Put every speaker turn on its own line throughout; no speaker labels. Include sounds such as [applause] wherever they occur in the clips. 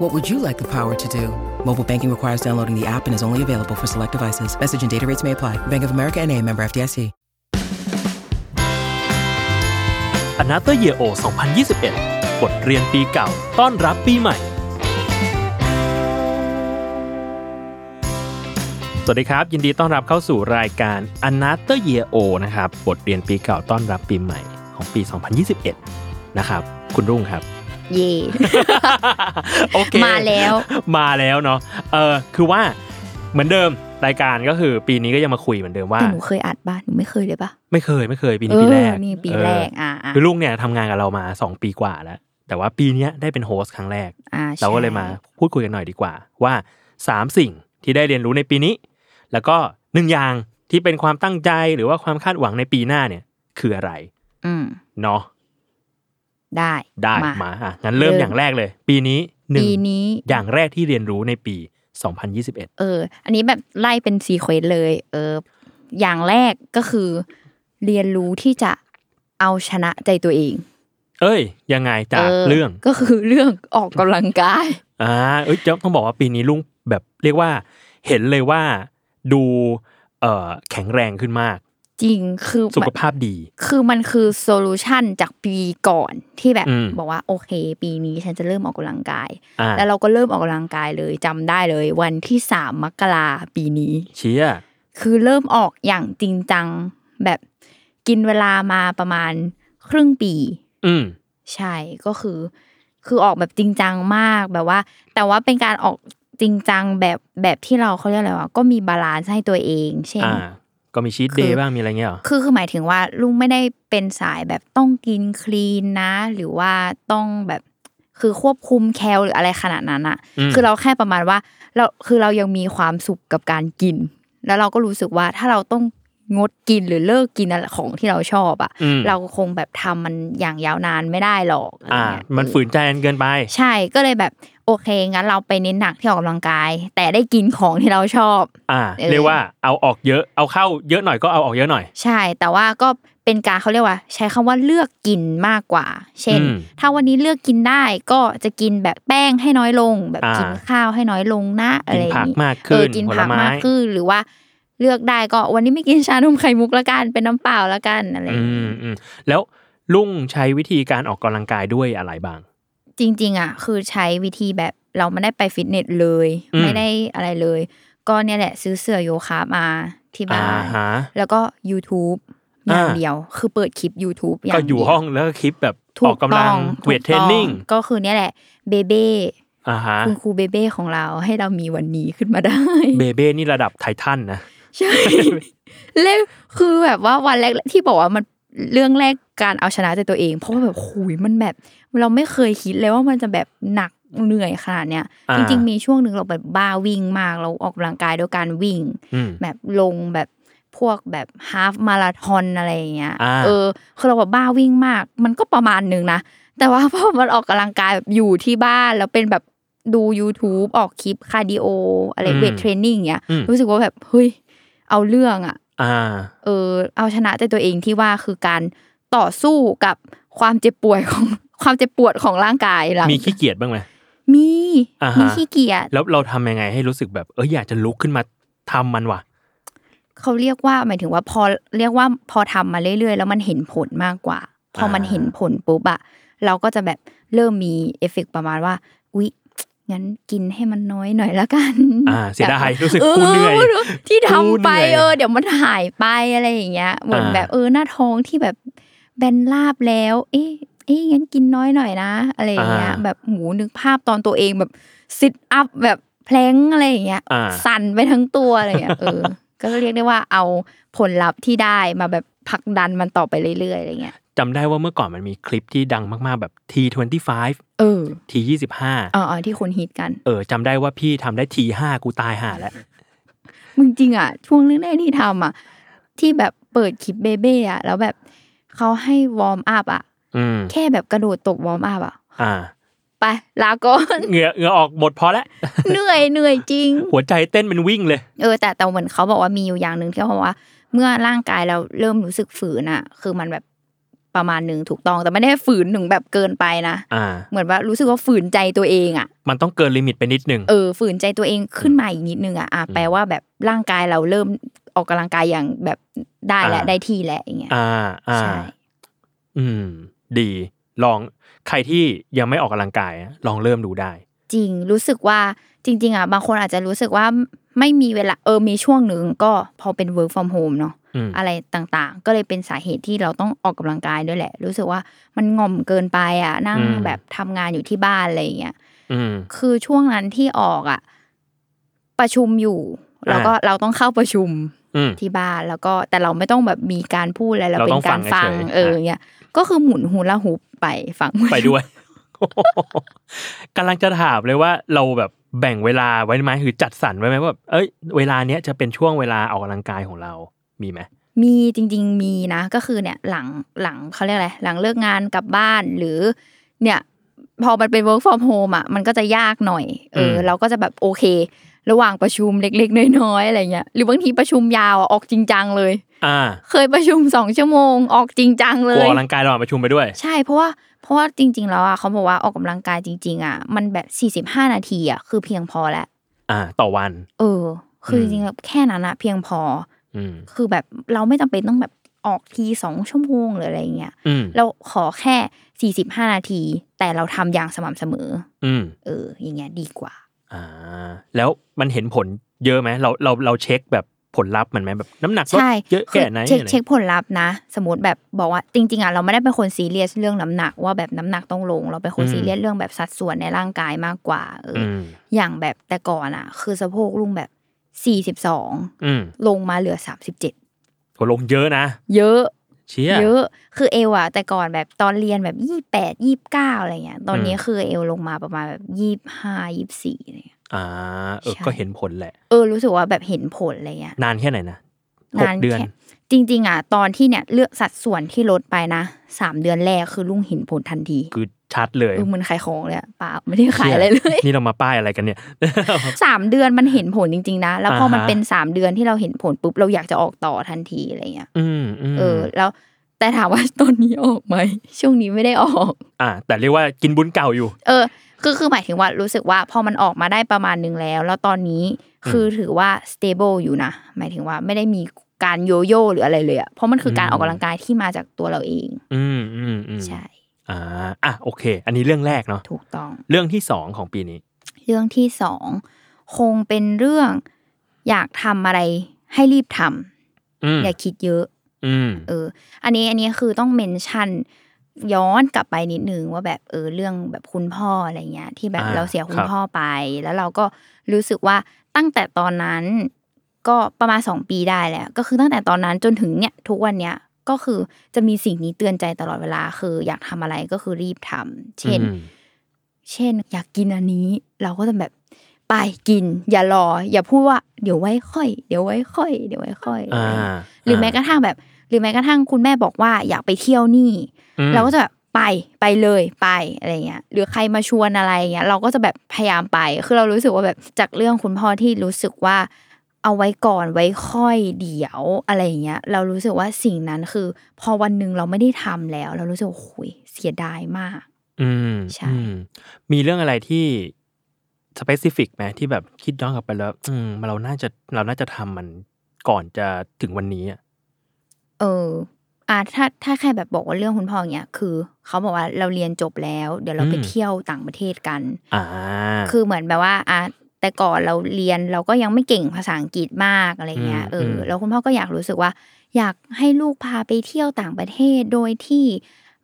What would you like the power to do? Mobile banking requires downloading the app and is only available for select devices. Message and data rates may apply. Bank of America and a member FDIC.
Another Year O 2021 บทเรียนปีเก่า ต้อนรับปีใหม่ สวัสดีครับ ยินดีต้อนรับเข้าสู่รายการ Another Year O นะครับ บทเรียนปีเก่า ต้อนรับปีใหม่ของปี 2021 นะครับ คุณรุ่ง
[laughs]
ครับ
เย่
โอเค
มาแล้ว
มาแล้วเนาะ เออคือว่าเหมือนเดิมรายการก็คือปีนี้ก็ยังมาคุยเหมือนเดิมว่า
แต่หนูเคยอัดบ้านหนูไม่เคยเลยปะ
ไม่เคยไม่เคยปีนี้ปีแรก
เออนี่ปี
เออ
แรก อ่าอ่า
คือลุงเนี่ยทำงานกับเรามา 2 ปีกว่าแล้ว แต่ว่าปีเนี้ยได้เป็นโฮสต์ครั้งแรก
อ่าใช่
เราก็เลยมาพูดคุยกันหน่อยดีกว่า ว่า 3 สิ่งที่ได้เรียนรู้ในปีนี้ แล้วก็หนึ่งอย่างที่เป็นความตั้งใจหรือว่าความคาดหวังในปีหน้าเนี่ย คืออะไร
อืม
เนาะ
ได้
ได้
มา
มาอ่ะงั้นเริ่ม
เริ่ม
อย่างแรกเลย ปีนี้หนึ่ง
ปีนี้
อย่างแรกที่เรียนรู้ในปี 2021
เออ อันนี้แบบไล่เป็นซีเควนต์เลย เออ อย่างแรกก็คือ เรียนรู้ที่จะเอาชนะใจตัวเอง
เอ้ย ยังไงจา
เอก
เรื่อง
ก็คือเรื่องออกกำลังกาย
อ่าเอ้ยต้องบอกว่าปีนี้ลุงแบบเรียกว่า เห็นเลยว่าดูเอ่อแข็งแรงขึ้นมาก
จริงคือ
สุ
มั
ข
น
ภาพดี
คือมันคือโซลูชันจากปีก่อนที่แบบ
อืม
บอกว่าโอเค ปีนี้ฉันจะเริ่มออกกำลังกาย
อ่า
แล้วเราก็เริ่มออกกำลังกายเลยจำได้เลย วันที่สามมกราปีนี้
เชียร์
คือเริ่มออกอย่างจริงจัง แบบกินเวลามาประมาณครึ่งปี
อืม
ใช่ก็คือ คือออกแบบจริงจังมากแบบว่า แต่ว่าเป็นการออกจริงจังแบบแบบที่เราเขาเรียกอะไรวะก็มีบาลานซ์ให้ตัวเอง เช่น
อ่า ก็มีชีต
คือ
เดย์บ้างมีอะไรเงี้ยเหรอ
คือคือหมายถึงว่าลุงไม่ได้เป็นสายแบบต้องกินคลีนนะ หรือว่าต้องแบบคือควบคุมแคลหรืออะไรขนาดนั้นอะ
อืม
คือเราแค่ประมาณว่าเราคือเรายังมีความสุขกับการกิน แล้วเราก็รู้สึกว่าถ้าเราต้องงดกินหรือเลิกกินอะไรของที่เราชอบอะ
อืม
เราคงแบบทำมันอย่างยาวนานไม่ได้หรอกอะไร
อ่า
เงี้ย
มันฝืนใจกันเกินไป
ใช่ก็เลยแบบโอเคงั้นเราไปเน้นหนักที่ออกกำลังกาย แต่ได้กินของที่เราชอบ
อ่า
เออ
เรียกว่าเอาออกเยอะ เอาเข้าเยอะหน่อยก็เอาออกเยอะหน่อย
ใช่ แต่ว่าก็เป็นการเขาเรียกว่า ใช้คำว่าเลือกกินมากกว่า เช่น
อืม
ถ้าวันนี้เลือกกินได้ก็จะกินแบบแป้งให้น้อยลง แบบ
อ่า
กินข้าวให้น้อยลงนะอะ
กิ
ไร
น
อย่า
ผั
ง
ก
นี้
มาก
เอ
ขึ้
อน กิน
ผล
ผัก
ไม้
มากขึ้นหรือว่าเลือกได้ก็วันนี้ไม่กินชานมไข่มุกละกันเป็นน้ำเปล่าละกันอะไรอย่า
อื
งนี้
มอืมแล้วลุงใช้วิธีการออกกำลังกายด้วยอะไรบ้าง
จริง ๆอ่ะคือใช้วิธีแบบเราไม่ได้ไปฟิตเนสเลย
อืม
ไม่ได้อะไรเลย ก็เนี่ยแหละซื้อเสื้อโยคะมาที่
อ่า
บ้าน
ฮะ
แล้วก็ YouTube อย่าง
อ่า
เดียว คือเปิดคลิป YouTube อย่า
ก็
ง
อยู่
เดีว
ห้องแล้วก็คลิปแบบออกกำลัง
ถู
เวทเทรนนิ่ง
ถูกต้อก็คือเนี่ยแหละเบเบ้
อ่าฮะ
คุณครูเบเบ้ของเราให้เรามีวันนี้ขึ้นมา
[laughs]
ได้
เบเบ้นี่ระดับไททันนะ
ใช่แล้วคือแบบว่าวันแรกที่บอกว่ามันเรื่องแรกการเอาชนะใจตัวเอง เพราะว่าแบบคุยมันแบบ เราไม่เคยคิดเลยว่ามันจะแบบหนักเหนื่อยขนาดเนี้ย
อ่า
จริงๆมีช่วงหนึ่งเราแบบบ้าวิ่งมากเราออกกำลังกายด้วยการวิ่ง
อืม
แบบลงแบบพวกแบบฮาฟมาราทอนอะไรอย่างเงี้ย
อ่า
เออ คือเราแบบบ้าวิ่งมาก มันก็ประมาณหนึงนะ แต่ว่าพอมันออกกำลังกายแบบอยู่ที่บ้านแล้วเป็นแบบดู YouTube ออกคลิปคาร์ดิโอ อะไรเวทเทรนนิ่งเงี้ย
อืม
รู้สึกว่าแบบ เฮ้ย เอาเรื่องอะ
อ่า
เออ เอาชนะใจตัวเองที่ว่าคือการต่อสู้กับความเจ็บป่วยของ [laughs] ความเจ็บปวดของร่างกายเรา
มี
มี
ขี้เกียจบ้างไหม
มี
อ่าฮะ
มีขี้เกียจ
แล้วเราทำยังไงให้รู้สึกแบบเอออยากจะลุกขึ้นมาทำมันว่ะ
เขาเรียกว่าหมายถึงว่าพอเรียกว่าพอทำมาเรื่อยๆ แล้วมันเห็นผลมากกว่า พอมันเห็นผลปุ๊บอะเราก็จะแบบเริ่มมีเอฟเฟกต์ประมาณว่าอุ๊ย งั้นกินให้มันน้อยหน่อยละกัน
อ่าเสียดาย [laughs]
แบบ
รู้สึกกูเหนื่อย
ที่ทำไป
กูเหนื่อย
เออ เดี๋ยวมันหายไปอะไรอย่างเงี้ยเหมือน
อ่า
แบบเออหน้าท้องที่แบบแบนราบแล้ว เอ๊ะเอ๊ะงั้นกินน้อยหน่อยนะ อะไรอย่างเงี้ย แบบหมูนึกภาพตอนตัวเองแบบซิทอัพแบบแพลงอะไรอย่างเงี้ย
อ่า
สั่นไปทั้งตัวอะไรอย่างเงี้ยเออ ก็เรียกได้ว่าเอาผลลัพธ์ที่ได้มาแบบผลักดันมันต่อไปเรื่อยๆอะไรเงี้ย
จำได้ว่าเมื่อก่อนมันมีคลิปที่ดังมากๆแบบ T25
เออ
T25
อ๋อๆที่คนฮิตกัน
เออจำได้ว่าพี่ทำได้ T5 กูตายห่าแล้ว
มึงจริงอ่ะ ช่วงแรกๆที่ทำอ่ะ ที่แบบเปิดคลิปเบเบ้อ่ะ แล้วแบบเขาให้วอร์มอัพอ่ะ
อืม
แค่แบบกระโดดตบวอร์มอัพอ่ะ
อ่า
ไป ลาก่อน [laughs]
เหงื่อเหงื่อออกหมดพอแล้ว
เหนื่อยเหนื่อยจริง
หัวใจเต้นเป็นวิ่งเลย
เออแต่แต่เหมือนเขาบอกว่ามีอยู่อย่างหนึ่งที่เขาบอกว่า เมื่อร่างกายเราเริ่มรู้สึกฝืนอ่ะ คือมันแบบประมาณหนึ่งถูกต้องแต่ไม่ได้ฝืนหนึ่งแบบเกินไปนะ
อ่า
เหมือนว่ารู้สึกว่าฝืนใจตัวเองอ่ะ
มันต้องเกินลิมิตไปนิดนึง
เออฝืนใจตัวเองขึ้นมาอีกนิดนึงอ่ะอ่ะแปลว่าแบบร่างกายเราเริ่มออกกำลังกายอย่างแบบได้แล้ว
อ่า
ได้ที่แล้วอย่างเงี้ย
อ่า อ่า
ใช่
อืม ดี ลองใครที่ยังไม่ออกกำลังกายอะลองเริ่มดูได้
จริงรู้สึกว่าจริง ๆอ่ะบางคนอาจจะรู้สึกว่าไม่มีเวลาเออมีช่วงหนึ่งก็พอเป็น work from home เนาะ
อืม
อะไรต่างๆ ก็เลยเป็นสาเหตุที่เราต้องออกกำลังกายด้วยแหละ รู้สึกว่ามันง่อมเกินไปอ่ะนั่ง
อืม
แบบทำงานอยู่ที่บ้านอะไรอย่างเงี้ย
อืม
คือช่วงนั้นที่ออกอ่ะประชุมอยู่
อ่า
แล้วก็เราต้องเข้าประชุม
อืม
ที่บ้านแล้วก็แต่เราไม่ต้องแบบมีการพูดอะไรเรา
เรา
เป็
ต้อน ง
การ
ฟั
ฟั
ง
ง
เฉยๆ
เออ
ฮะ
เงี้ยก็คือหมุนหูละหูไปฟัง
[laughs] ไปด้วย กำลังจะถามเลยว่าเราแบบแบ่งเวลาไว้ไหมหรือจัดสรรไว้ไหมว่าแบบเอ้ยเวลาเนี้ยจะเป็นช่วงเวลาออกกำลังกายของเรา มีไหม
มีจริง ๆ มีนะ ก็คือเนี่ยหลังหลังเขาเรียกอะไรหลังเลิกงานกลับบ้านหรือ เนี่ย พอมันเป็น work from home อ่ะมันก็จะยากหน่อยเอออ
ม
เราก็จะแบบโอเค ระหว่างประชุมเล็กๆน้อยๆอะไรเงี้ยหรือบางทีประชุมยาวอะออกจริงจังเลย
อ่า
เคยประชุมสองชั่วโมงออกจริงจังเล
กลัวย ออกกำลังกายระหว่างประชุมไปด้วย
ใช่เพราะว่าเพราะว่าจริง ๆ แล้วอ่ะเขาบอกว่าออกกำลังกายจริง ๆ อ่ะ มันแบบ 45 นาทีอ่ะคือเพียงพอแล้ว
อ่า ต่อวัน
เออ คือ
ม
จริงๆแล้วแค่นั้นอ่ะเพียงพอ
อืม
คือแบบเราไม่จำเป็นต้องแบบออกทีสองชั่วโมงหรืออะไรเงี้ย
อืม
เราขอแค่ 45 นาที แต่เราทำอย่างสม่ำเสมอ
อืม
เออ อย่างเงี้ยดีกว่า
อ่า แล้วมันเห็นผลเยอะไหมเราเราเราเช็คแบบผลลัพธ์มันไหมแบบน้ำหนักลด
ใช่
เยอะ
คือ
แค่ไหน
เช็ค
อะไร
เช็คผลลัพธ์นะ สมมติแบบบอกว่าจริงๆอ่ะเราไม่ได้เป็นคนซีเรียสเรื่องน้ำหนักว่าแบบน้ำหนักต้องลง เราเป็นคนซีเรียสเรื่องแบบสัดส่วนในร่างกายมากกว่าเอออ
อืม
อย่างแบบแต่ก่อนอะคือสะโพกลุงแบบสี่สิบสอง
อืม
ลงมาเหลือสามสิบเจ็ด
โหลงเยอะนะ
เยอะ
เชี่ย
เยอะคือเอวอะแต่ก่อนแบบตอนเรียนแบบยี่แปดยี่เก้าอะไรเงี้ย ตอนนี้
อืม
คือเอวลงมาประมาณแบบยี่ห้ายี่สี่อะไรเงี้ย
อ่า เออ
ใช่
ก็เห็นผลแหละ
เออรู้สึกว่าแบบเห็นผลอะไรเงี้ย
นานแค่ไหนนะหกเดือน
แค่จริง ๆอะตอนที่เนี่ยเลือกสัดส่วนที่ลดไปนะสามเดือนแรกคือลุงเห็นผลทันที
คือชัดเลย
เออมันขายของเลยอะเปล่าไม่ได้ขายอะไรเลย
[laughs] นี่เรามาป้ายอะไรกันเนี่ย
สามเดือนมันเห็นผลจริง ๆ นะ แล้วพอมัน
อ่าฮะ
เป็นสามเดือนที่เราเห็นผลปุ๊บเราอยากจะออกต่อทันทีอะไรเงี้ย
อืมอืม
เออแล้วแต่ถามว่า ตอนนี้ออกไหม ช่วงนี้ไม่ได้ออก
อ่า แต่เรียกว่ากินบุญเก่าอยู่
เออ คือคือหมายถึงว่ารู้สึกว่าพอมันออกมาได้ประมาณหนึงแล้ว แล้วตอนนี้คือถือว่า stable อยู่นะ หมายถึงว่าไม่ได้มีการโยโย่หรืออะไรเลยอะเพราะมันคือการ
อืม
ออกกำลังกายที่มาจากตัวเราเอง
อืมอืมอืม
ใช่
อ่า อ่ะ โอเค อันนี้เรื่องแรกเนาะ
ถูกต้อง
เรื่องที่สองของปีนี้
เรื่องที่สองคงเป็นเรื่องอยากทำอะไรให้รีบท
อืม
ำอย่าคิดเยอะ
อืม
เออ อันนี้อันนี้คือต้องเมนชั่นย้อนกลับไปนิดนึงว่าแบบเออเรื่องแบบคุณพ่ออะไรเงี้ย ที่แบบ
อ่า
เราเสียคุ
ครั
ณ
บ
พ่อไป แล้วเราก็รู้สึกว่าตั้งแต่ตอนนั้นก็ประมาณสองปีได้แหละก็คือตั้งแต่ตอนนั้นจนถึงเนี่ยทุกวันเนี้ยก็คือจะมีสิ่งนี้เตือนใจตลอดเวลา คืออยากทำอะไรก็คือรีบทำเช่น
อืม
เช่น อยากกินอันนี้เราก็จะแบบไปกิน อย่ารอ อย่าพูดว่าเดี๋ยวไว้ค่อย เดี๋ยวไว้ค่อย เดี๋ยวไว้ค่อยอะไร
อ่า
เงี้ย หรือแม้กระทั่งแบบ หรือแม้กระทั่งคุณแม่บอกว่าอยากไปเที่ยวนี่
อืม
เราก็จะแบบไปไปเลยไปอะไรเงี้ยหรือใครมาชวนอะไรเงี้ยเราก็จะแบบพยายามไป คือเรารู้สึกว่าแบบจากเรื่องคุณพ่อที่รู้สึกว่า เอาไว้ก่อนไว้ค่อยเดี๋ยวอะไรเงี้ยเรารู้สึกว่าสิ่งนั้นคือ พอวันหนึ่งเราไม่ได้ทำแล้ว เรารู้สึกว่าโอ้ยเสียดายมาก
อืม
ใช่
อืมมีเรื่องอะไรที่สเปซิฟิกไหมที่แบบคิดย้อนกลับไปแล้ว อืมเราน่าจะเราน่าจะทำมันก่อนจะถึงวันนี้อะ
เออ อ่าถ้าถ้าแค่แบบบอกว่าเรื่องคุณพ่ออย่างเงี้ยคือเขาบอกว่าเราเรียนจบแล้ว เดี๋ยวเราไป
อืม
เที่ยวต่างประเทศกัน
อ่า
คือเหมือนแบบว่าอ่ะแต่ก่อนเราเรียนเราก็ยังไม่เก่งภาษาอังกฤษมากอะไรเงี้ย
อืม
เอออ
ม
แล้วคุณพ่อก็อยากรู้สึกว่า อยากให้ลูกพาไปเที่ยวต่างประเทศโดยที่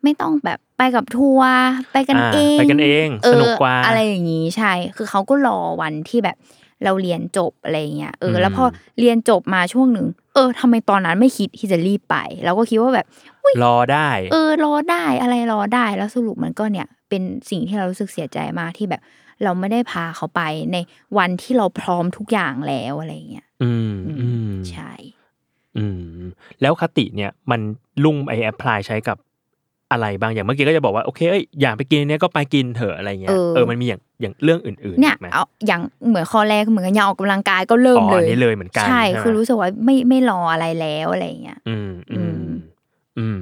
ไม่ต้องแบบไปกับทัวร์ไปกัน
อ่า
เอง
ไปกันเองสนุกกว่า
อะไรอย่างงี้ใช่ คือเขาก็รอวันที่แบบเราเรียนจบอะไรเงี้ยเอออ
ม
แล้วพอเรียนจบมาช่วงหนึ่งเออทำไมตอนนั้นไม่คิดที่จะรีบไป เราก็คิดว่าแบบ
รอได้
เออรอได้อะไรรอได้แล้วสรุปมันก็เนี่ยเป็นสิ่งที่เรารู้สึกเสียใจมากที่แบบ เราไม่ได้พาเขาไปในวันที่เราพร้อมทุกอย่างแล้วอะไรเงี้ย
อืมอืม
ใช่
อืมแล้วคติเนี่ยมันลุงไอแอปพลายใช้กับอะไรบางอย่างเมื่อกี้ก็จะบอกว่าโอเคเอ้ยอยากไปกินเนี่ยก็ไปกินเถอะอะไรเงี้ย
เออ
เออมันมีอย่างอย่างเรื่องอื่นๆ
เนี่ย
อีกไหม
เอาอย่างเหมือนข้อแรกเหมือนกันอยากออกกำลังกายก็เริ่ม
อ๋อ
เล
อั
ย
นนี้เลยเหมือนกัน
ใช่
ไหม
คือรู้สึกว่าไม่ไม่รออะไรแล้วอะไรเงี้ย
อืมอืม
อืม
อืม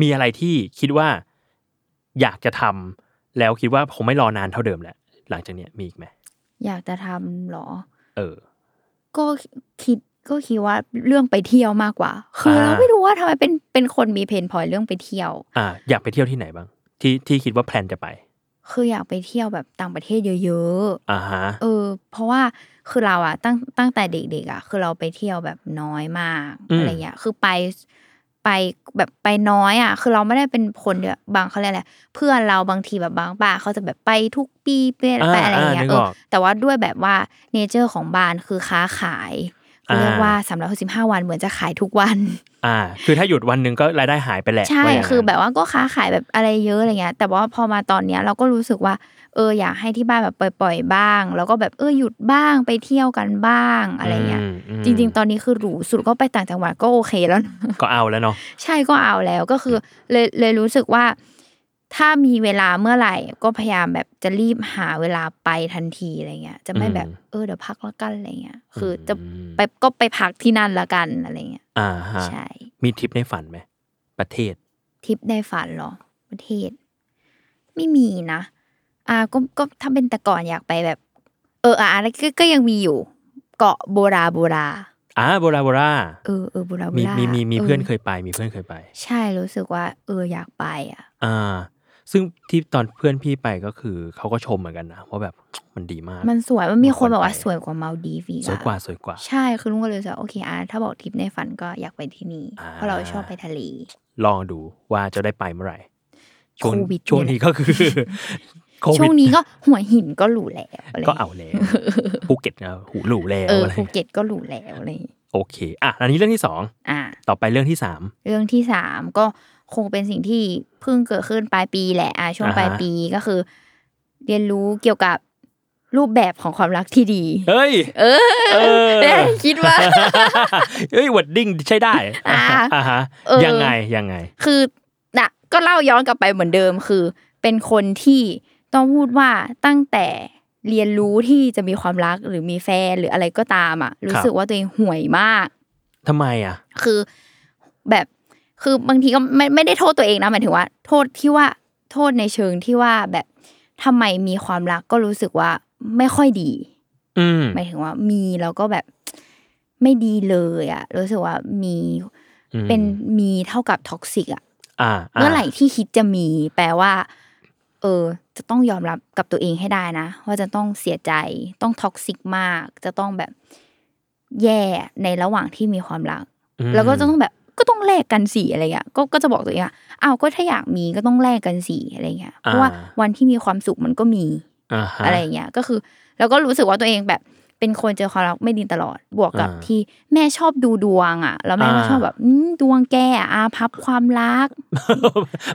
มีอะไรที่คิดว่า อยากจะทำแล้วคิดว่าคงไม่รอนานเท่าเดิมแหละหลังจากเนี้ยมีอีกไหม
อยากจะทำหรอ
เออ
ก็คิดก็คิดว่าเรื่องไปเที่ยวมากกว่า คือเรา
อ่า
ไม่รู้ว่าทำไมเป็นเป็นคนมีเพนพอยเรื่องไปเที่ยว
อ่า อยากไปเที่ยวที่ไหนบ้าง ที่ที่คิดว่าแพลนจะไป
คืออยากไปเที่ยวแบบต่างประเทศเยอะ ๆ
อ่าฮะ
เออเพราะว่าคือเราอะตั้งตั้งแต่เด็กๆอะคือเราไปเที่ยวแบบน้อยมาก
อืม
อะไรเงี้ยคือไปไปแบบไปน้อยอะคือเราไม่ได้เป็นคนเดียวบางเขาเรียกอะไรเพื่อนเราบางทีแบบบางบ้านเขาจะแบบไปทุกปีไป
อ่า
ไปอะไรเงี้ย
อ่านึก
เอ
อ
อ
อก
แต่ว่าด้วยแบบว่าเนเจอร์ของบ้านคือค้าขายเขาเรียก
อ่า
ว่าสามร้อยหกสิบห้าวันเหมือนจะขายทุกวัน
อ่า คือถ้าหยุดวันหนึ่งก็รายได้หายไปแหละ
ใช่
ว่าย่างนั้น
คือแบบว่าก็ค้าขายแบบอะไรเยอะอะไรเงี้ย แต่ว่าพอมาตอนเนี้ยเราก็รู้สึกว่า เอออยากให้ที่บ้านแบบปล่อยๆบ้าง แล้วก็แบบเออหยุดบ้างไปเที่ยวกันบ้างอะไรเงี้ย
มม
จริง ๆ ตอนนี้คือหรูสุดก็ไปต่างจังหวัดก็โอเคแล้วนะ [laughs]
ก็เอาแล้วเนาะ
ใช่ก็เอาแล้วก็คือเลยเลยรู้สึกว่า ถ้ามีเวลาเมื่อไหร่ ก็พยายามแบบจะรีบหาเวลาไปทันทีอะไรเงี้ย จะไม่แบบ
อืม
เออเดี๋ยวพักแล้วกันอะไรเงี้ย คือจะ
ม
ไปก็ไปพักที่นั่นละกันอะไรเงี้ย
อ่าฮะ
ใช่
มีทริปในฝันไหมประเทศ
ทริปได้ฝันเหรอ ประเทศ ไม่มีนะอ่าก็ก็ถ้าเป็นแต่ก่อนอยากไปแบบ เอออ่ะอะไรก็ก็ยังมีอยู่ เกาะโบราโบรา
อ่าโบราโบรา
เออเออโบราโบ
มี
รา
มีมีมีเพื่อน
ออ
เคยไป มีเพื่อนเคยไป
ใช่รู้สึกว่า เอออยากไปอ่ะ
อ่า ซึ่งที่ตอนเพื่อนพี่ไปก็คือเขาก็ชมเหมือนกันนะว่าแบบมันดีมาก
มันสวยมันมี
มัน
ค
คน วร
บอกว่า
ไป
สวยกว่ามาดีวี
สวยกว่าสวยกว่า
ใช่คือลุงก็เลยรู้สึกว่าโอเคอ่ะถ้าบอกทริปในฝันก็อยากไปที่นี่
อ่า
เพราะเราชอบไปทะเล
ลองดูว่าจะได้ไปเมื่อไหร่ช่วง
โควิด
ช่วง
เนี่ย
นี้ก็
[laughs]
คือ โค
ช่
วิด
วงนี้ก็หัวหินก็หรูแล้วอะไร
ก็เอา
[laughs]
แล้วภูเก็ตนะหูหลูแล้
เอ
ว
อ
อะไร
ภูเก็ตก็หรูแล้วอะไรอย่างงี้
โอเค อ่ะ อันนี้เรื่องที่สอง
อ่ะ
ต่อไปเรื่องที่สาม
เรื่องที่สามก็คงเป็นสิ่งที่เพิ่งเกิดขึ้นปลายปีแหละอ่ะช่วง
อ่าฮะ
ปลายปีก็คือ เรียนรู้เกี่ยวกับรูปแบบของความรักที่ดี
เอ้ย
เอ
เอ
อ [laughs]
อ
ได้คิดว่า
[laughs] เอ้ยวัดดิ้งใช้ได้
อ่า
อ่าฮะ
เออ
ยังไงยังไง
คือน่ะก็เล่าย้อนกลับไปเหมือนเดิมคือ เป็นคนที่ต้องพูดว่าตั้งแต่เรียนรู้ที่จะมีความรักหรือมีแฟนหรืออะไรก็ตามอ่ะ รู้สึกว่าตัวเองห่วยมาก
ทำไมอ่ะ
คือแบบคือบางทีก็ไม่ไม่ได้โทษตัวเองนะหมายถึงว่า โทษที่ว่าโทษในเชิงที่ว่าแบบทำไมมีความรักก็รู้สึกว่าไม่ค่อยดี
อืม
หมายถึงว่ามีแล้วก็แบบไม่ดีเลยอ่ะรู้สึกว่ามี
อืม
เป็นมีเท่ากับท็อกซิกอ่ะ
อ่าา
เมื่อไหร่ที่คิดจะมีแปลว่า เออ จะต้องยอมรับกับตัวเองให้ได้นะ ว่าจะต้องเสียใจต้องท็อกซิกมาก จะต้องแบบแย่ในระหว่างที่มีความรัก
ม
แล้วก็จะต้องแบบก็ต้องแลกกันสิอะไรเงี้ยก็ก็จะบอกตัวเองอ่ะอ้าวก็ถ้าอยากมีก็ต้องแลกกันสิอะไรเงี้ยเพราะว่าวันที่มีความสุขมันก็มี
อ่าฮะ
อะไรอย่างเงี้ยก็คือแล้วก็รู้สึกว่าตัวเองแบบเป็นคนเจอความรักไม่ดีตลอดบวกกับ
อ่า
ที่แม่ชอบดูดวงอ่ะ แล้วแม่ก็
อ่า
ชอบแบบอืมดวงแกอะอาพับความรัก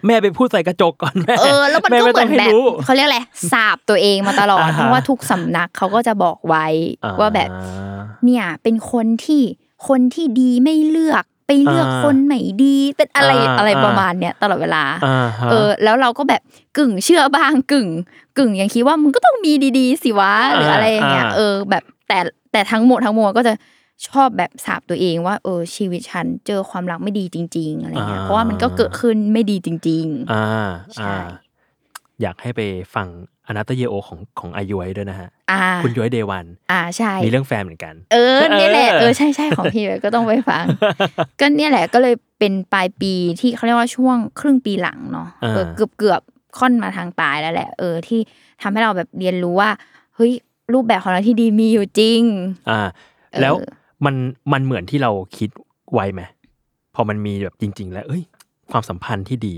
แม่ไปพูดใส่กระจกก่อนแม่
เอ
[laughs]
อ แล้วมันก็
ไ
เหมือน
ต้ง
แบบ
รู้
เขาเรียกอะไรสาบตัวเองมาตลอด
อ่าฮะ
เพราะว่าทุกสำนักเขาก็จะบอกไว้
อ่
ว่าแบบ เนี่ยเป็นคนที่คนที่ดีไม่เลือกไปเลือก
อ่า
คนไม่ดีเป็นอะไร
อ่า
อะไร
อ่า
ประมาณเนี้ยตลอดเวลา
อ่าฮะ
เออแล้วเราก็แบบกึ่งเชื่อบ้างกึ่ง กึ่งยังคิดว่ามึงก็ต้องมีดีๆสิวะหรืออะไรอย่างเงี้ย
อ่า
เออแบบแต่แต่ทั้งหมดทั้งมวลก็จะชอบแบบสาบตัวเองว่าเออชีวิตฉันเจอความรักไม่ดีจริง ๆอะไรเงี้ยเพราะว่ามันก็เกิดขึ้นไม่ดีจริง
อ่า
ใช่
อ่า อยากให้ไปฟัง อนาตเยโอของของอายุยด้วยนะฮะ
อ่า
คุณย้อยเดวัน
อ่าใช่
มีเรื่องแฟนเหมือนกัน
เออเนี่ยแหละ
เออ
เออใช่ใช่ของพี่เลยก็ต้องไปฟัง ก็เนี่ยแหละก็เลยเป็นปลายปีที่เขาเรียกว่าช่วงครึ่งปีหลังเนาะ
อ่า
เออเกือบเกือบค่อนมาทางปลายแล้วแหละ เออที่ทำให้เราแบบเรียนรู้ว่าเฮ้ยรูปแบบของเราที่ดีมีอยู่จริง
อ่า
เออ
แล้วมันมันเหมือนที่เราคิดไว้ไหมพอมันมีแบบจริง ๆ แล้วเอ้ย ความสัมพันธ์ที่ดี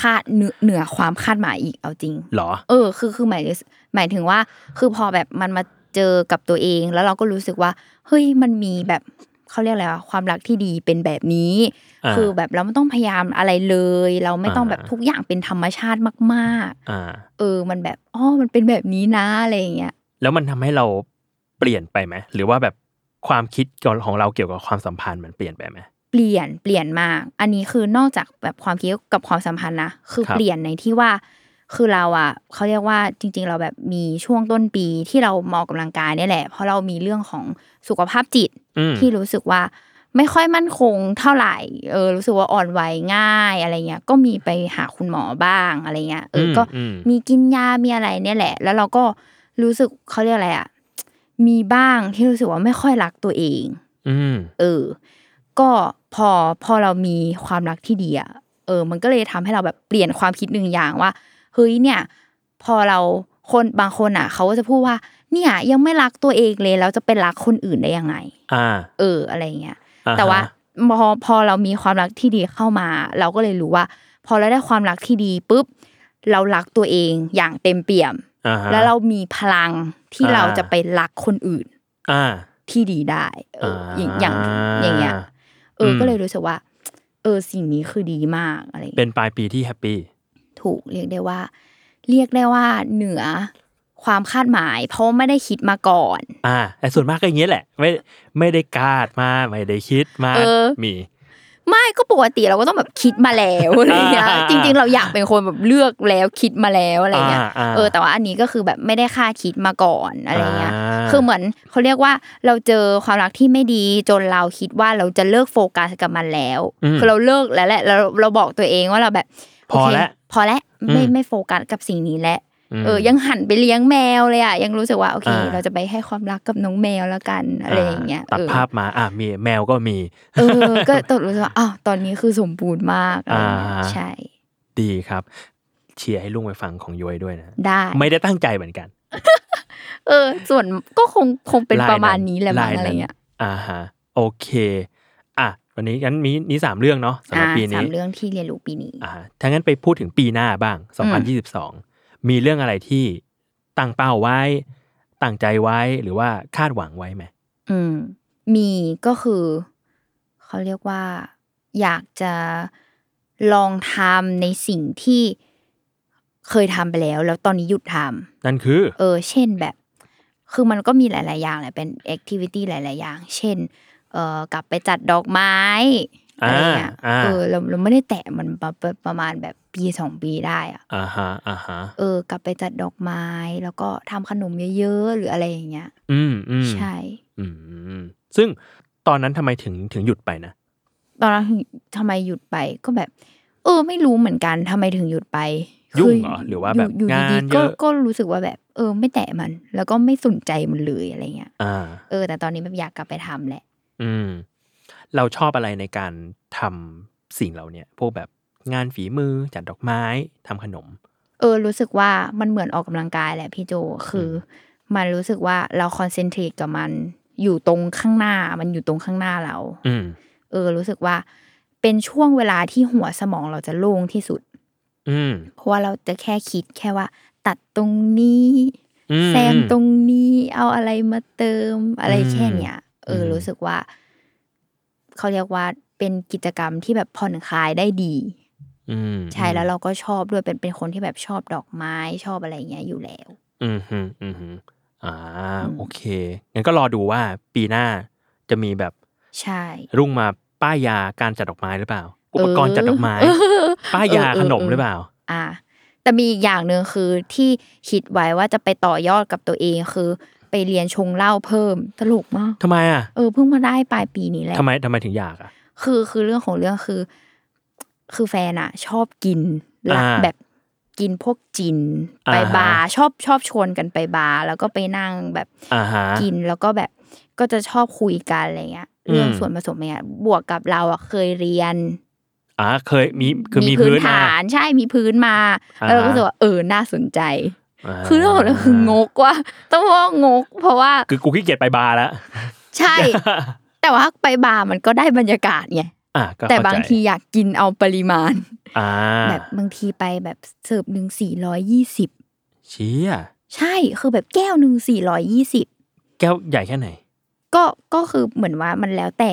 คาดเหนือเหนือความคาดหมายอีกเอาจริง
เหรอ
เออคือคือหมายถึงหมายถึงว่า คือพอแบบมันมาเจอกับตัวเองแล้วเราก็รู้สึกว่าเฮ้ยมันมีแบบเขาเรียกอะไรวะความรักที่ดีเป็นแบบนี้
อ่า
คือแบบเราไม่ต้องพยายามอะไรเลย เราไม่ต้องแบบ
อ่า
ทุกอย่างเป็นธรรมชาติมาก
อ่า
ๆ เออ มันแบบอ๋อมันเป็นแบบนี้นะอะไรอย่างเงี้ย
แล้วมันทำให้เราเปลี่ยนไปไหมหรือว่าแบบความคิดของเราเกี่ยวกับความสัมพันธ์มันเปลี่ยนไปไหม
เปลี่ยนเปลี่ยนมาก อันนี้คือนอกจากแบบความคิดกับความสัมพันธ์นะคือ
ครับ
เปลี่ยนในที่ว่า คือเราอ่ะเขาเรียกว่าจริง ๆ เราแบบมีช่วงต้นปีที่เรามาออกกำลังกายเนี่ยแหละเพราะเรามีเรื่องของสุขภาพจิต
อืม
ที่รู้สึกว่าไม่ค่อยมั่นคงเท่าไหร่ เออ รู้สึกว่าอ่อนไหวง่ายอะไรเงี้ย ก็มีไปหาคุณหมอบ้างอะไรเงี้ย เออ
ม
ก็
อืม
มีกินยา มีอะไรเนี่ยแหละ แล้วเราก็รู้สึกเขาเรียกอะไรอ่ะ มีบ้างที่รู้สึกว่าไม่ค่อยรักตัวเอง
อืม
เออ ก็พอพอเรามีความรักที่ดีอ่ะ เออ มันก็เลยทำให้เราแบบเปลี่ยนความคิดหนึ่งอย่างว่า เฮ้ยเนี่ย พอเราคนบางคนอ่ะ เขาก็จะพูดว่า เนี่ยยังไม่รักตัวเองเลยแล้วจะไปรักคนอื่นได้ยังไง
อ่า
เอออะไรเงี้ย
อ่ฮะ
แต่ว่าพอพอเรามีความรักที่ดีเข้ามา เราก็เลยรู้ว่า พอเราได้ความรักที่ดีปุ๊บ เรารักตัวเองอย่างเต็มเปี่ยม
อ่ฮะ
แล้วเรามีพลังที่
อ่า
เราจะไปรักคนอื่น
อ่า
ที่ดีได้เออออย่างอย่างอย่างเงี้ยเอออ
ม
ก็เลยรู้สึกว่า เออสิ่งนี้คือดีมากอะไร
เป็
เงี้ย
นปลายปีที่แฮปปี้
ถูกเรียกได้ว่า เรียกได้ว่าเหนือความคาดหมาย เพราะไม่ได้คิดมาก่อน
อ่าแต่ส่วนมากก็อย่างเงี้ยแหละ ไม่ไม่ได้กาดมาไม่ได้คิดมา
เออ
มี
ไม่ก็ปกติเราก็ต้องแบบคิดมาแล้วอะไรเงี้ย
อ่า
จริง ๆ เราอยากเป็นคนแบบเลือกแล้วคิดมาแล้วอะไรเงี้ย
อ่าอ่า
เออแต่ว่าอันนี้ก็คือแบบไม่ได้คาดคิดมาก่อนอะไรเงี้ย
อ่า
คือเหมือนเขาเรียกว่าเราเจอความรักที่ไม่ดีจนเราคิดว่าเราจะเลิกโฟกัสกับมันแล้ว คือเราเลิกแล้วแหละเราเราบอกตัวเองว่าเราแบบ
พอแล้ว
โเคพอแล้วไม่
อืม
ไม่โฟกัสกับสิ่งนี้แล้ว
ม
เออยังหันไปเลี้ยงแมวเลยอ่ะยังรู้สึกว่าโอเค
อ่า
เราจะไปให้ความรักกับน้องแมวแล้วกันอะไรอย่างเงี้ย
ตัด
เออ
ภาพมาอ่ะมีแมวก็มี
เออ ก็ตกรู้สึกว่าอ้าวตอนนี้คือสมบูรณ์มากอะไรเงี้ย
อ่า
ใช่
ดีครับ เชียร์ให้ลุงไปฟังของย้อยด้วยนะ
ได้
ไม่ได้ตั้งใจเหมือนกัน
เออ ส่วนก็คงคงเป็น
ลย
ประมาณนี้แหละมั้
าง ย
อะไร
นั้น
เงี้ย
อ่าฮะโอเค อ่ะวันนี้งั้นมีนี่สามเรื่องเนาะสำหรับปี
สา
นี้
มเรื่องที่เรียนรู้ปีนี้
อ่าถ้างั้นไปพูดถึงปีหน้าบ้าง 2022 มีเรื่องอะไรที่ตั้งเป้าไว้ตั้งใจไว้หรือว่าคาดหวังไว้ไหม
อืม มีก็คือ เขาเรียกว่า อยากจะลองทำในสิ่งที่เคยทำไปแล้ว แล้วตอนนี้หยุดทำ
นั่นคือ
เออ เช่นแบบ คือมันก็มีหลาย ๆ อย่างแหละ เป็นแอคทิวิตี้หลาย ๆ อย่าง เช่น เออกลับไปจัดดอกไม้
อ่า
อะไรเงี้ย
อ่า
เออ เราเราไม่ได้แตะมันประประประมาณแบบปีสองปีได้อะ
อ่าฮะอ่าฮะ
เออ กลับไปจัดดอกไม้ แล้วก็ทำขนมเยอะ ๆ หรืออะไรอย่างเงี้ย
อืมอืม
ใช่
อืมซึ่งตอนนั้นทำไมถึงถึงหยุดไปนะ
ตอนนั้นทำไมหยุดไปก็แบบ เออ ไม่รู้เหมือนกันทำไมถึงหยุดไป
ยุ่ง
คื
เหรอหรือว่าแบบ
ยู่อยู่ดี
งาน
ๆ
เย
ก็
อะ
ก็รู้สึกว่าแบบ เออ ไม่แตะมัน แล้วก็ไม่สนใจมันเลยอะไรเงี้ย
อ่า
เออ แต่ตอนนี้แบบอยากกลับไปทำแหละ
อืม เราชอบอะไรในการทำสิ่งเหล่าเนี้ยพวกแบบงานฝีมือจัดดอกไม้ทำขนม
เออรู้สึกว่ามันเหมือนออกกำลังกายแหละพี่โจคืออมันรู้สึกว่าเราคอนเซนเทรตกับมันอยู่ตรงข้างหน้า มันอยู่ตรงข้างหน้าเรา
อืม
เออ รู้สึกว่าเป็นช่วงเวลาที่หัวสมองเราจะโล่งที่สุด
อืม
เพราะว่าเราจะแค่คิดแค่ว่า ตัดตรงนี้
อืม
แซมตรงนี้เอาอะไรมาเติมอะไรแค่เนี้ยเอออ
ม
รู้สึกว่าเขาเรียกว่าเป็นกิจกรรมที่แบบผ่อนคลายได้ดี
อืม
ใช่แล้วเราก็ชอบด้วยเป็นเป็นคนที่แบบชอบดอกไม้ชอบอะไรอย่างเงี้ยอยู่แล้ว
อืมอืมอืมอืมอ่า
อืม
โอเคงั้นก็รอดูว่าปีหน้าจะมีแบบ
ใช่
รุ่งมาป้ายยาการจัดดอกไม้หรือเปล่า อุปกรณ์จัดด
[laughs]
อกไม้
เออ
ป้ายยา
เออเออเออ
ขนมหรือเปล่า
อ่ะแต่มีอีกอย่างหนึ่งคือที่คิดไว้ว่าจะไปต่อยอดกับตัวเองคือ ไปเรียนชงเหล้าเพิ่มตลกมาก
ทำไมอ่ะ
เออเพิ่งมาได้ปลายปีนี้แหละ
ทำไมทำไมถึงอยากอ่ะ
คือคือเรื่องของเรื่องคือ คือแฟนอะชอบกินละ
อ่า
แบบ กินพวกจิน ไป
อ่าฮะ
บาร์ชอบชอบชวนกันไปบาร์แล้วก็ไปนั่งแบบ
อ่าฮะ
กินแล้วก็แบบก็จะชอบคุยกันอะไรเงี้ยเรื่อง
อืม
ส่วนผสมอะไรเงี้ยบวกกับเราอ่ะเคยเรียน
อ่าเคยมีคือมีพื้นอ่ะ
ฐานใช่มีพื้นมา
อ่า
แล้วเราก็รู้สึกว่าเออน่าสนใจ คือเรื่องของเราคืองกว่าต้องบอกว่างก เพราะว่า
คือกูขี้เกียจไปบาร์แล้ว
ใช่
[laughs]
แต่ว่าไปบาร์มันก็ได้บรรยากาศไง
อ่ะก็
แต่
เข้ใจ
บางทีอยากกินเอาปริมาณ
อ่า
แบบบางทีไปแบบเสิร์ฟหนึ่งสี่ร้อยยี่สิบ
เชี้อ่ะ
ใช่คือแบบแก้วหนึ่งสี่ร้อยยี่สิบ
แก้วใหญ่แค่ไหน
ก็ก็คือเหมือนว่ามันแล้วแต่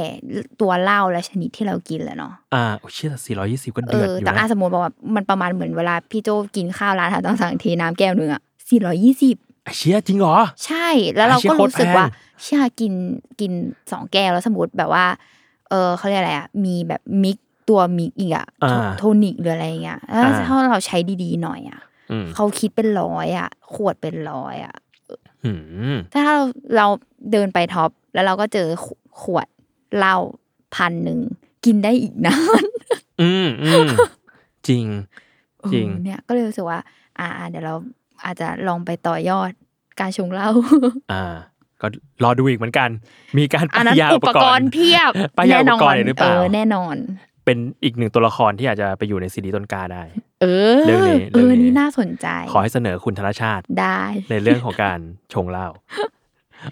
ตัวเหล้าและชนิดที่เรากินแหละเนาะ
อ่าโอ้เชี่ยสี่ร้อยยี่สิบก็
เอ
เดือด
อ
อยู่
แต่อา
นะ
สมมติบอกว่ามันประมาณเหมือนเวลาพี่โจกินข้าวร้านอาหารต้องสั่งเทน้ำแก้วหนึ่งอะสี่ร้อยี่สิบ
ไอ้เชี่ยจริงเหรอ
ใช่ แล้วเรา
อาชีพ
ก็
โค
รู้สึก
ตรแพง
ว่าเชี่ยกินกินสองแก้วแล้วสมมติแบบว่า เออเขาเรียกอะไรอะมีแบบมิกตัวมิกอีกอะ
อ่า
โทนิกหรืออะไรเงี้ยแล้ว
อ่า
ถ้าเราใช้ดีๆหน่อยอะ
อืม
เขาคิดเป็นร้อยอะขวดเป็นร้อยอะ
อืม
ถ้าเราเราเดินไปท็อปแล้วเราก็เจอขวดเหล้าพันหนึ่งกินได้อีกนาน
อืมอืมจริง [laughs] จริง
เออเนี่ยก็เลยรู้สึกว่า อ่าอ่าเดี๋ยวเราอาจจะลองไปต่อยอดการชง
[laughs]
เหล้า
อ่า ก็รอดูอีกเหมือนกัน มีการ
อันนั้น
ยา
อุปกรณ์เพีย
[laughs]
บ
ป้ายยา
แน่
อุป
นอน
กรณ์หรือเปล่า
แน่นอน
เป็นอีกหนึ่งตัวละครที่อาจจะไปอยู่ในซีรีส์ต้นกล้าได้
เออ
เรื่องนี้
เอ
เรื่อง
อ
นี้
นี่น่าสนใจ
ขอให้เสนอคุณธนชาติ
ได้
ในเรื่องของการชงเหล้า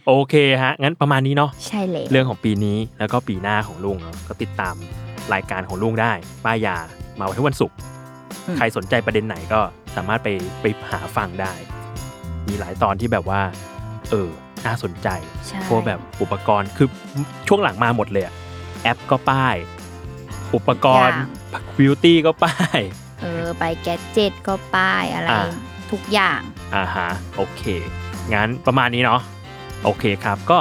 โอเคฮะ งั้นประมาณนี้เนาะ
ใช่เลย
เรื่องของปีนี้แล้วก็ปีหน้าของลุงเนอะก็ติดตามรายการของลุงได้ ป้ายยามาวันที่วันศุกร์ใครสนใจประเด็นไหนก็สามารถไปไปหาฟังได้ มีหลายตอนที่แบบว่า เออ น่าสนใจ
ใช่
พวกแบบอุปกรณ์คือช่วงหลังมาหมดเลยอะแอปก็ป้าย อุปกรณ์บิวตี้ก็ป้าย
เออไปแกดเจ็ตก็ป้ายอะไร
อ่า
ทุกอย่าง
อ่าฮะโอเค งั้นประมาณนี้เนาะโอเคครับ ก็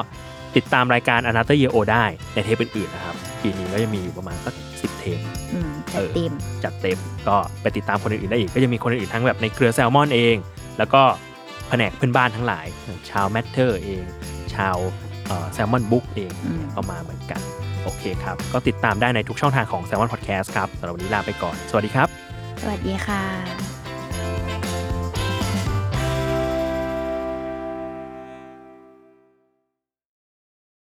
ติดตามรายการ Another Year O ได้ในเทปอื่นๆนะครับ ปีนี้ก็จะมีอยู่ประมาณสักสิบเทป
อืมจัด
เออ
เต็ม
จัดเต็มก็ไปติดตามคนอื่นๆได้อีก ก็จะมีคนอื่นๆทั้งแบบในเครือแซลมอนเอง แล้วก็แผนกเพื่อนบ้านทั้งหลาย ชาวแมทเทอร์เอง ชาวแซลมอนบุ๊กเอง
อืม
ก็มาเหมือนกัน โอเคครับ ก็ติดตามได้ในทุกช่องทางของ s ซ l m o n Podcast ครับสำหรับวันนี้ลาไปก่อน สวัสดีครับ
สวัสดีค่ะ